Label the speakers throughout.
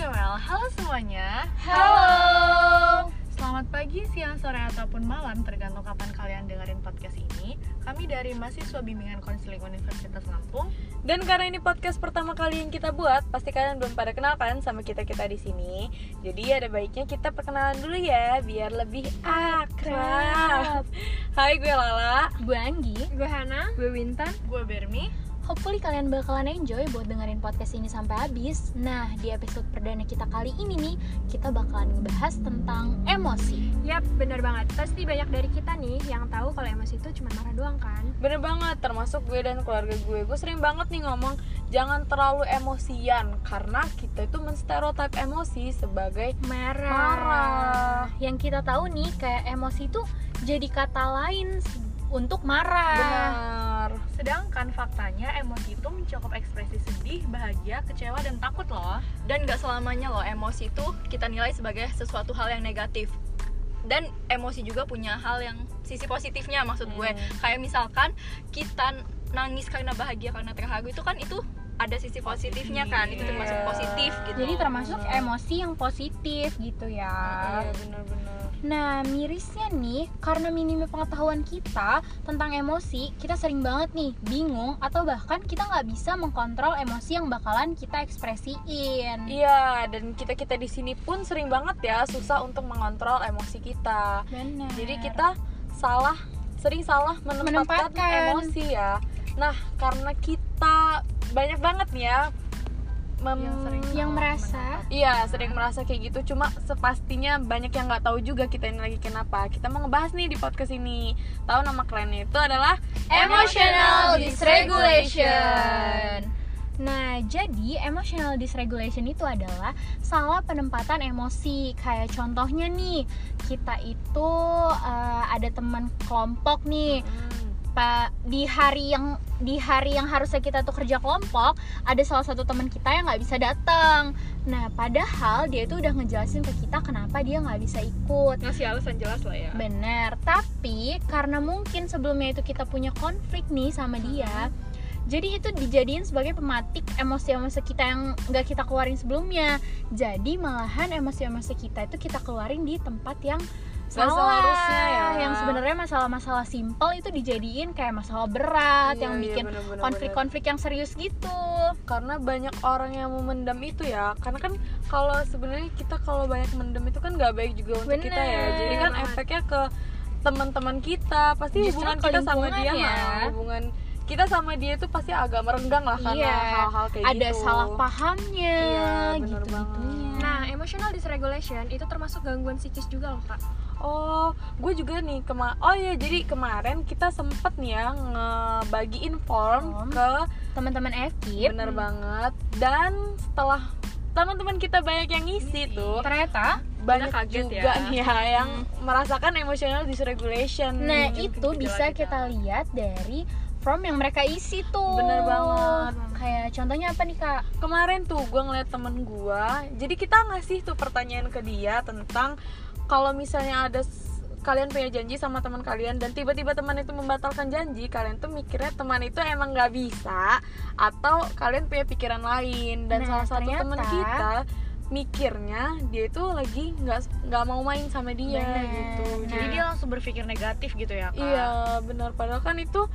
Speaker 1: Halo semuanya.
Speaker 2: Halo.
Speaker 1: Selamat pagi, siang, sore ataupun malam tergantung kapan kalian dengerin podcast ini. Kami dari mahasiswa bimbingan konseling Universitas Lampung.
Speaker 2: Dan karena ini podcast pertama kali yang kita buat, pasti kalian belum pada kenal kan sama kita-kita di sini. Jadi ada baiknya kita perkenalan dulu ya, biar lebih akrab. Hai, gue Lala.
Speaker 3: Gue Anggi.
Speaker 4: Gue Hana.
Speaker 5: Gue Wintan.
Speaker 1: Gue Bermi.
Speaker 3: Hopefully kalian bakalan enjoy buat dengerin podcast ini sampai habis. Nah, di episode perdana kita kali ini nih, kita bakalan ngebahas tentang emosi.
Speaker 4: Yap, bener banget. Pasti banyak dari kita nih yang tahu kalau emosi itu cuma marah doang kan.
Speaker 2: Bener banget, termasuk gue dan keluarga gue. Gue sering banget nih ngomong, jangan terlalu emosian, karena kita itu menstereotip emosi sebagai
Speaker 4: Marah.
Speaker 2: marah.
Speaker 3: Yang kita tahu nih, kayak emosi itu jadi kata lain s- untuk marah.
Speaker 2: Benar.
Speaker 1: Sedangkan faktanya emosi itu mencakup ekspresi sedih, bahagia, kecewa, dan takut loh.
Speaker 5: Dan gak selamanya loh emosi itu kita nilai sebagai sesuatu hal yang negatif. Dan emosi juga punya hal yang sisi positifnya maksud gue.
Speaker 2: Hmm.
Speaker 5: Kayak misalkan kita nangis karena bahagia karena terharu itu kan itu ada sisi positifnya kan. Itu termasuk
Speaker 2: Iya.
Speaker 5: positif gitu.
Speaker 3: Jadi termasuk emosi yang positif gitu ya.
Speaker 2: Iya, benar-benar.
Speaker 3: Nah, mirisnya nih, karena minimnya pengetahuan kita tentang emosi, kita sering banget nih bingung atau bahkan kita nggak bisa mengkontrol emosi yang bakalan kita ekspresiin.
Speaker 2: Iya, dan kita-kita di sini pun sering banget ya susah untuk mengontrol emosi kita.
Speaker 3: Benar.
Speaker 2: Jadi kita salah sering salah menempatkan,
Speaker 3: Menempatkan.
Speaker 2: emosi ya. Nah, karena kita banyak banget nih ya mem-
Speaker 1: Yang sering
Speaker 3: yang merasa
Speaker 2: Iya, sering merasa kayak gitu. Cuma sepastinya banyak yang nggak tahu juga kita ini lagi kenapa. Kita mau ngebahas nih di podcast ini. Tahu nama kerennya itu adalah
Speaker 3: emotional dysregulation. Nah, jadi emotional dysregulation itu adalah salah penempatan emosi. Kayak contohnya nih, kita itu eh, ada teman kelompok nih.
Speaker 2: Hmm.
Speaker 3: Pa- di hari yang di hari yang harusnya kita tuh kerja kelompok ada salah satu teman kita yang nggak bisa datang nah padahal dia tuh udah ngejelasin ke kita kenapa dia nggak bisa ikut
Speaker 5: ngasih alasan jelas lah ya.
Speaker 3: bener tapi karena mungkin sebelumnya itu kita punya konflik nih sama
Speaker 2: Hmm.
Speaker 3: dia jadi itu dijadiin sebagai pematik emosi-emosi kita yang nggak kita keluarin sebelumnya jadi malahan emosi-emosi kita itu kita keluarin di tempat yang
Speaker 2: Nggak
Speaker 3: salah
Speaker 2: seharusnya ya.
Speaker 3: yang sebenarnya masalah-masalah simpel itu dijadiin kayak masalah berat
Speaker 2: Iya,
Speaker 3: yang
Speaker 2: iya,
Speaker 3: bikin
Speaker 2: bener-bener, bener.
Speaker 3: konflik-konflik yang serius gitu
Speaker 2: karena banyak orang yang memendam itu ya karena kan kalau sebenarnya kita kalau banyak mendem itu kan nggak baik juga untuk kita ya
Speaker 3: Bener.
Speaker 2: jadi kan efeknya ke teman-teman kita pasti
Speaker 3: Justru
Speaker 2: hubungan
Speaker 3: ke
Speaker 2: kita sama
Speaker 3: lingkungan
Speaker 2: dia
Speaker 3: ya.
Speaker 2: nah, hubungan kita sama dia itu pasti agak merenggang lah karena
Speaker 3: Iya.
Speaker 2: hal-hal kayak gitu
Speaker 3: ada salah pahamnya
Speaker 2: Iya, bener
Speaker 3: gitu gitunya
Speaker 2: banget.
Speaker 4: Nah, emotional dysregulation itu termasuk gangguan psikis juga loh, Kak.
Speaker 2: oh gue juga nih kema oh iya jadi kemarin kita sempet nih ya ngebagiin form
Speaker 3: Form.
Speaker 2: ke
Speaker 3: teman-teman FKIP
Speaker 2: bener banget dan setelah teman-teman kita banyak yang ngisi tuh
Speaker 3: ternyata
Speaker 2: banyak
Speaker 5: Kita kaget
Speaker 2: juga
Speaker 5: ya.
Speaker 2: nih ya yang merasakan emotional dysregulation.
Speaker 1: Iya,
Speaker 3: nah
Speaker 2: Mungkin kan.
Speaker 3: itu
Speaker 2: kejala
Speaker 3: bisa kita lihat dari form yang mereka isi tuh
Speaker 2: Bener banget.
Speaker 3: kayak contohnya apa nih kak
Speaker 2: Kemarin tuh gue ngeliat temen gue, jadi kita ngasih tuh pertanyaan ke dia tentang kalau misalnya ada s- kalian punya janji sama teman kalian dan tiba-tiba teman itu membatalkan janji, kalian tuh mikirnya teman itu emang nggak bisa atau kalian punya pikiran lain dan
Speaker 3: Nah,
Speaker 2: salah satu teman
Speaker 3: ternyata-
Speaker 2: kita mikirnya dia itu lagi nggak nggak mau main sama dia
Speaker 3: Bener.
Speaker 2: gitu.
Speaker 3: iya. Nah,
Speaker 1: Jadi dia langsung berpikir negatif gitu ya, Kak.
Speaker 2: Iya benar padahal kan itu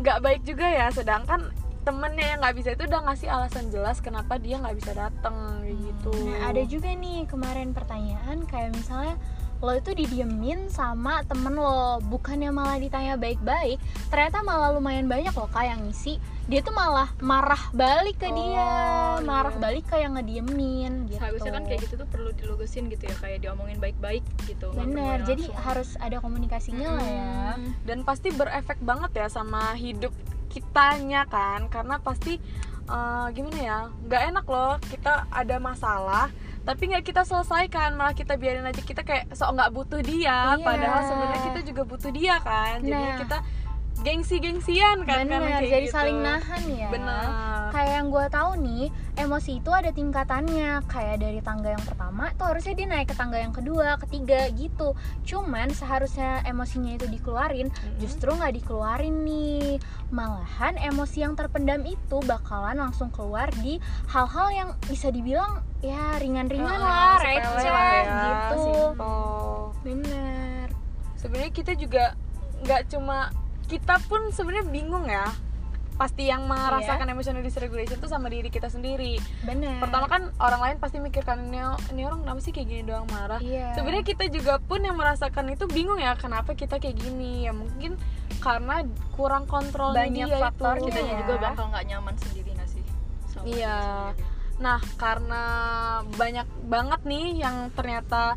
Speaker 2: nggak baik juga ya sedangkan temennya yang nggak bisa itu udah ngasih alasan jelas kenapa dia nggak bisa datang kayak gitu.
Speaker 3: Nah, ada juga nih kemarin pertanyaan kayak misalnya lo itu didiemin sama temen lo bukannya malah ditanya baik-baik ternyata malah lumayan banyak loh kak yang ngisi dia tuh malah marah balik ke dia
Speaker 2: Oh,
Speaker 3: marah
Speaker 2: iya.
Speaker 3: balik ke yang ngediemin gitu
Speaker 5: Seharusnya kan kayak gitu tuh perlu dilurusin gitu ya, kayak diomongin baik-baik gitu. nggak
Speaker 3: bener
Speaker 5: perlu
Speaker 3: jadi
Speaker 5: langsung.
Speaker 3: harus ada komunikasinya lah ya
Speaker 5: Hmm.
Speaker 2: dan pasti berefek banget ya sama hidup kitanya kan karena pasti eh, gimana ya nggak enak loh kita ada masalah tapi nggak kita selesaikan malah kita biarin aja kita kayak sok nggak butuh dia
Speaker 3: Iya.
Speaker 2: padahal sebenarnya kita juga butuh dia kan jadi
Speaker 3: Nah.
Speaker 2: kita gengsi-gengsian kan karena
Speaker 3: bener
Speaker 2: kayak
Speaker 3: jadi
Speaker 2: gitu.
Speaker 3: saling nahan ya
Speaker 2: bener
Speaker 3: kayak yang gue tahu nih emosi itu ada tingkatannya kayak dari tangga yang pertama tuh harusnya dia naik ke tangga yang kedua ketiga gitu cuman seharusnya emosinya itu dikeluarin justru nggak dikeluarin nih malahan emosi yang terpendam itu bakalan langsung keluar di hal-hal yang bisa dibilang ya ringan-ringan
Speaker 2: Oh,
Speaker 3: lah
Speaker 2: sepele
Speaker 3: receh
Speaker 2: lah ya,
Speaker 3: gitu
Speaker 2: simple.
Speaker 3: bener
Speaker 2: sebenarnya kita juga nggak cuma kita pun sebenarnya bingung ya pasti yang merasakan
Speaker 3: Iya.
Speaker 2: emotional dysregulation itu sama diri kita sendiri
Speaker 3: bener
Speaker 2: pertama kan orang lain pasti mikirkan ini, ini orang kenapa sih kayak gini doang marah
Speaker 3: iya
Speaker 2: sebenarnya kita juga pun yang merasakan itu bingung ya kenapa kita kayak gini ya mungkin karena kurang kontrol
Speaker 3: Banyak
Speaker 2: dia
Speaker 3: faktor
Speaker 2: itu.
Speaker 5: kitanya
Speaker 2: ya.
Speaker 5: juga bakal nggak nyaman sendiri nggak sih Sama diri
Speaker 2: Iya.
Speaker 5: sendiri.
Speaker 2: nah karena banyak banget nih yang ternyata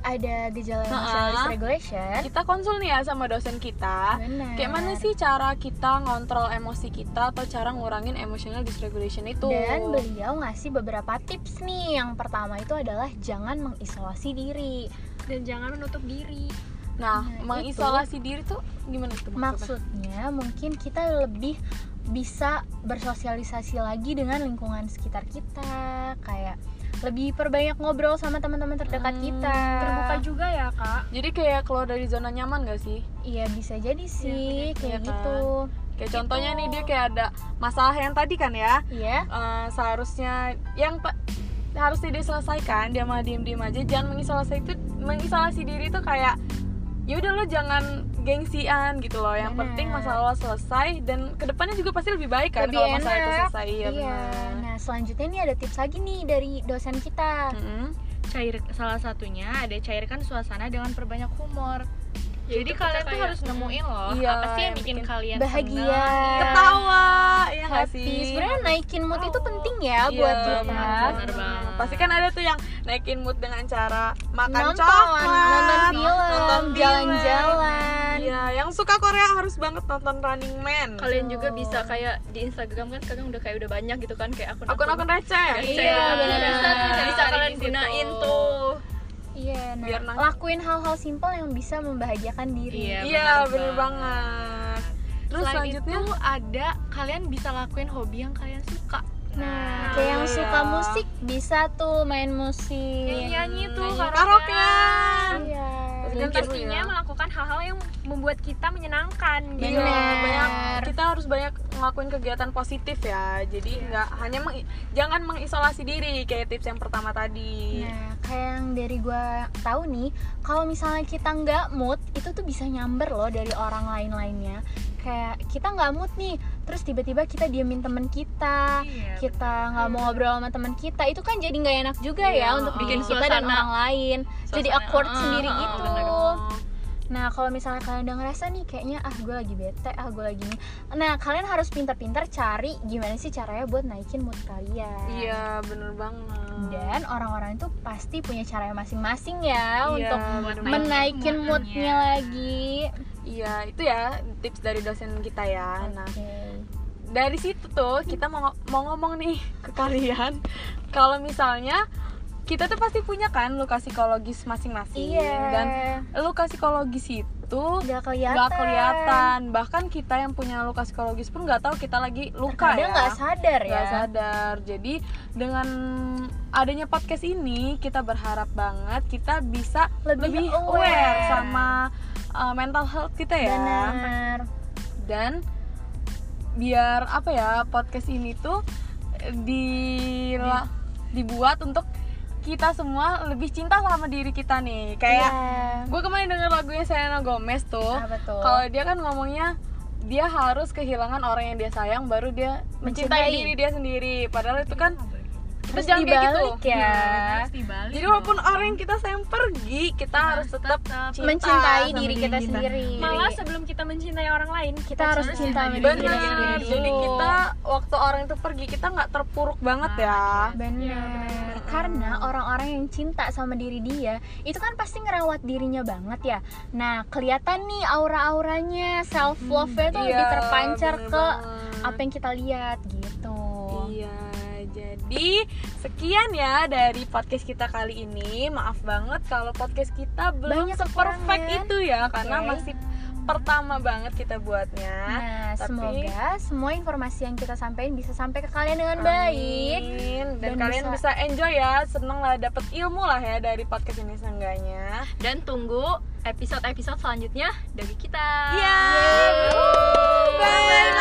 Speaker 3: ada gejala
Speaker 2: Nah,
Speaker 3: emotional
Speaker 2: ah.
Speaker 3: dysregulation
Speaker 2: kita konsul nih ya sama dosen kita
Speaker 3: bener
Speaker 2: Kayak mana sih cara kita ngontrol emosi kita atau cara ngurangin emotional dysregulation itu?
Speaker 3: Dan beliau ngasih beberapa tips nih. Yang pertama itu adalah jangan mengisolasi diri.
Speaker 4: Dan jangan menutup diri.
Speaker 2: nah,
Speaker 3: Nah,
Speaker 2: mengisolasi diri tuh gimana tuh maksudnya?
Speaker 3: Maksudnya mungkin kita lebih bisa bersosialisasi lagi dengan lingkungan sekitar kita, kayak lebih perbanyak ngobrol sama teman-teman terdekat
Speaker 2: Hmm,
Speaker 3: kita.
Speaker 4: Terbuka juga ya, Kak.
Speaker 2: Jadi kayak keluar dari zona nyaman gak sih?
Speaker 3: Iya bisa jadi sih
Speaker 2: Iya,
Speaker 3: kayak
Speaker 2: kan?
Speaker 3: gitu.
Speaker 2: Kayak contohnya nih dia kayak ada masalah yang tadi kan ya
Speaker 3: Iya.
Speaker 2: eh, seharusnya yang pa- harusnya dia selesaikan dia malah diem diem aja jangan mengisolasi itu mengisolasi diri tuh kayak yaudah lo jangan gengsian gitu loh yang
Speaker 3: Benar.
Speaker 2: penting masalah lo selesai dan kedepannya juga pasti lebih baik kan
Speaker 3: Lebih
Speaker 2: kalau masalah itu
Speaker 3: enak.
Speaker 2: selesai ya
Speaker 3: iya. Nah selanjutnya nih ada tips lagi nih dari dosen kita.
Speaker 2: Hmm.
Speaker 1: cair salah satunya ada cairkan suasana dengan perbanyak humor
Speaker 2: Ya,
Speaker 1: jadi kalian tuh harus nemuin loh
Speaker 2: Iya,
Speaker 1: apa sih yang
Speaker 2: yang
Speaker 1: bikin
Speaker 2: bikin
Speaker 1: kalian
Speaker 3: Bahagia.
Speaker 2: ketawa ya nggak sih
Speaker 3: Happy. Sebenarnya naikin mood itu
Speaker 1: Oh.
Speaker 3: penting ya
Speaker 2: Iya,
Speaker 3: buat
Speaker 2: benar,
Speaker 3: kita.
Speaker 1: benar banget.
Speaker 2: pasti kan ada tuh yang naikin mood dengan cara makan
Speaker 3: nonton,
Speaker 2: coklat
Speaker 3: nonton
Speaker 2: nonton
Speaker 3: film,
Speaker 2: film.
Speaker 3: jalan-jalan.
Speaker 2: Iya, yang suka Korea harus banget nonton Running Man.
Speaker 5: kalian juga
Speaker 3: Betul.
Speaker 5: bisa kayak di Instagram kan sekarang udah kayak udah banyak gitu kan kayak akun
Speaker 2: Akun-akun receh.
Speaker 5: receh.
Speaker 3: Iya, benar.
Speaker 5: Bisa tuh, bisa
Speaker 2: Cari
Speaker 5: kalian
Speaker 2: di situ.
Speaker 5: gunain tuh
Speaker 3: Iya, nah,
Speaker 2: Biar nang-
Speaker 3: lakuin hal-hal simpel yang bisa membahagiakan diri.
Speaker 1: Iya,
Speaker 2: Iya,
Speaker 1: benar
Speaker 2: bener banget. Terus
Speaker 1: Selain
Speaker 2: selanjutnya
Speaker 1: itu ada kalian bisa lakuin hobi yang kalian suka
Speaker 3: Nah, kayak yang
Speaker 2: Iya.
Speaker 3: suka musik bisa tuh main
Speaker 4: Hmm,
Speaker 3: musik.
Speaker 1: nyanyi tuh
Speaker 2: nyanyi
Speaker 1: karaokean.
Speaker 3: Iya.
Speaker 4: Dan
Speaker 2: Pasti kan seru
Speaker 4: pastinya
Speaker 2: ya.
Speaker 4: melakukan hal-hal yang membuat kita menyenangkan.
Speaker 2: Iya,
Speaker 4: gitu.
Speaker 3: Benar.
Speaker 2: banyak kita harus banyak ngelakuin kegiatan positif ya. Jadi nggak hanya meng- jangan mengisolasi diri kayak tips yang pertama
Speaker 1: Iya.
Speaker 2: tadi.
Speaker 3: Nah, kayak yang dari gua tahu nih, kalau misalnya kita nggak mood, itu tuh bisa nyamber loh dari orang lain lainnya. Kayak kita nggak mood nih, terus tiba-tiba kita diemin temen kita,
Speaker 1: Iya,
Speaker 3: kita nggak mau ngobrol sama teman kita itu kan jadi nggak enak juga ya
Speaker 5: Iya,
Speaker 3: untuk
Speaker 5: bikin
Speaker 3: bikin kita dan
Speaker 5: suasana-
Speaker 3: orang lain jadi
Speaker 5: Suasana-
Speaker 3: awkward
Speaker 5: Ah,
Speaker 3: sendiri
Speaker 5: ah,
Speaker 3: gitu
Speaker 5: bener.
Speaker 2: Oh,
Speaker 3: nah kalau misalnya kalian udah ngerasa nih kayaknya ah gue lagi bete ah gue lagi ini nah kalian harus pintar-pintar cari gimana sih caranya buat naikin mood kalian
Speaker 2: Iya, bener banget.
Speaker 1: Iya.
Speaker 3: dan orang-orang itu pasti punya caranya masing-masing ya
Speaker 2: Iya,
Speaker 3: untuk
Speaker 1: naikin
Speaker 2: bener banget.
Speaker 3: menaikin
Speaker 1: moodnya.
Speaker 3: moodnya lagi
Speaker 2: Iya, itu ya tips dari dosen kita ya. Nah,
Speaker 3: Oke.
Speaker 2: dari situ tuh kita mau mau ngomong nih ke kalian kalau misalnya kita tuh pasti punya kan luka psikologis masing-masing
Speaker 3: iya
Speaker 2: dan luka psikologis itu
Speaker 3: nggak kelihatan
Speaker 2: nggak kelihatan bahkan kita yang punya luka psikologis pun nggak tahu kita lagi luka
Speaker 3: Terkadang
Speaker 2: ya
Speaker 3: nggak sadar ya
Speaker 2: Nggak sadar jadi dengan adanya podcast ini kita berharap banget kita bisa
Speaker 3: Lebih
Speaker 2: lebih, aware.
Speaker 3: aware.
Speaker 2: sama uh, mental health kita ya
Speaker 3: benar
Speaker 2: dan biar apa ya podcast ini tuh eh, di la- dibuat untuk kita semua lebih cinta sama diri kita nih kayak
Speaker 3: Iya.
Speaker 2: gue kemarin denger lagunya Selena Gomez tuh
Speaker 3: Apa tuh?
Speaker 2: kalau dia kan ngomongnya dia harus kehilangan orang yang dia sayang baru dia mencintai,
Speaker 3: Mencintai.
Speaker 2: diri dia sendiri padahal itu kan
Speaker 3: Harus
Speaker 2: kita jangan kayak gitu
Speaker 3: dibalik ya.
Speaker 1: harus dibalik
Speaker 2: jadi
Speaker 1: loh.
Speaker 2: walaupun orang yang kita sayang pergi kita harus tetap cinta
Speaker 3: Iya. mencintai
Speaker 2: sama
Speaker 3: diri kita sendiri.
Speaker 4: Malah sebelum kita mencintai orang lain,
Speaker 3: kita, harus cinta sama diri kita
Speaker 2: Benar.
Speaker 3: sendiri.
Speaker 2: Jadi
Speaker 3: dulu.
Speaker 2: kita waktu orang itu pergi kita nggak terpuruk banget ya.
Speaker 3: Nah, benar. Karena orang-orang yang cinta sama diri dia itu kan pasti ngerawat dirinya banget ya. Nah, kelihatan nih aura-auranya, self love-nya tuh
Speaker 2: Iya,
Speaker 3: lebih terpancar
Speaker 2: bener
Speaker 3: ke
Speaker 2: banget.
Speaker 3: apa yang kita lihat gitu.
Speaker 2: Iya. Jadi sekian ya dari podcast kita kali ini. Maaf banget kalau podcast kita belum
Speaker 3: Banyak
Speaker 2: seperfect
Speaker 3: kekurangan.
Speaker 2: itu ya karena
Speaker 3: Oke.
Speaker 2: masih pertama banget kita buatnya.
Speaker 3: Nah,
Speaker 2: tapi-
Speaker 3: semoga semua informasi yang kita sampaikan bisa sampai ke kalian dengan baik.
Speaker 2: Amin. Dan,
Speaker 3: Dan
Speaker 2: kalian bisa...
Speaker 3: bisa-
Speaker 2: enjoy ya, seneng lah dapet ilmu lah ya dari podcast ini seenggaknya.
Speaker 5: Dan
Speaker 3: Iya,
Speaker 5: tunggu episode-episode selanjutnya dari kita.
Speaker 2: Iya. Bye bye.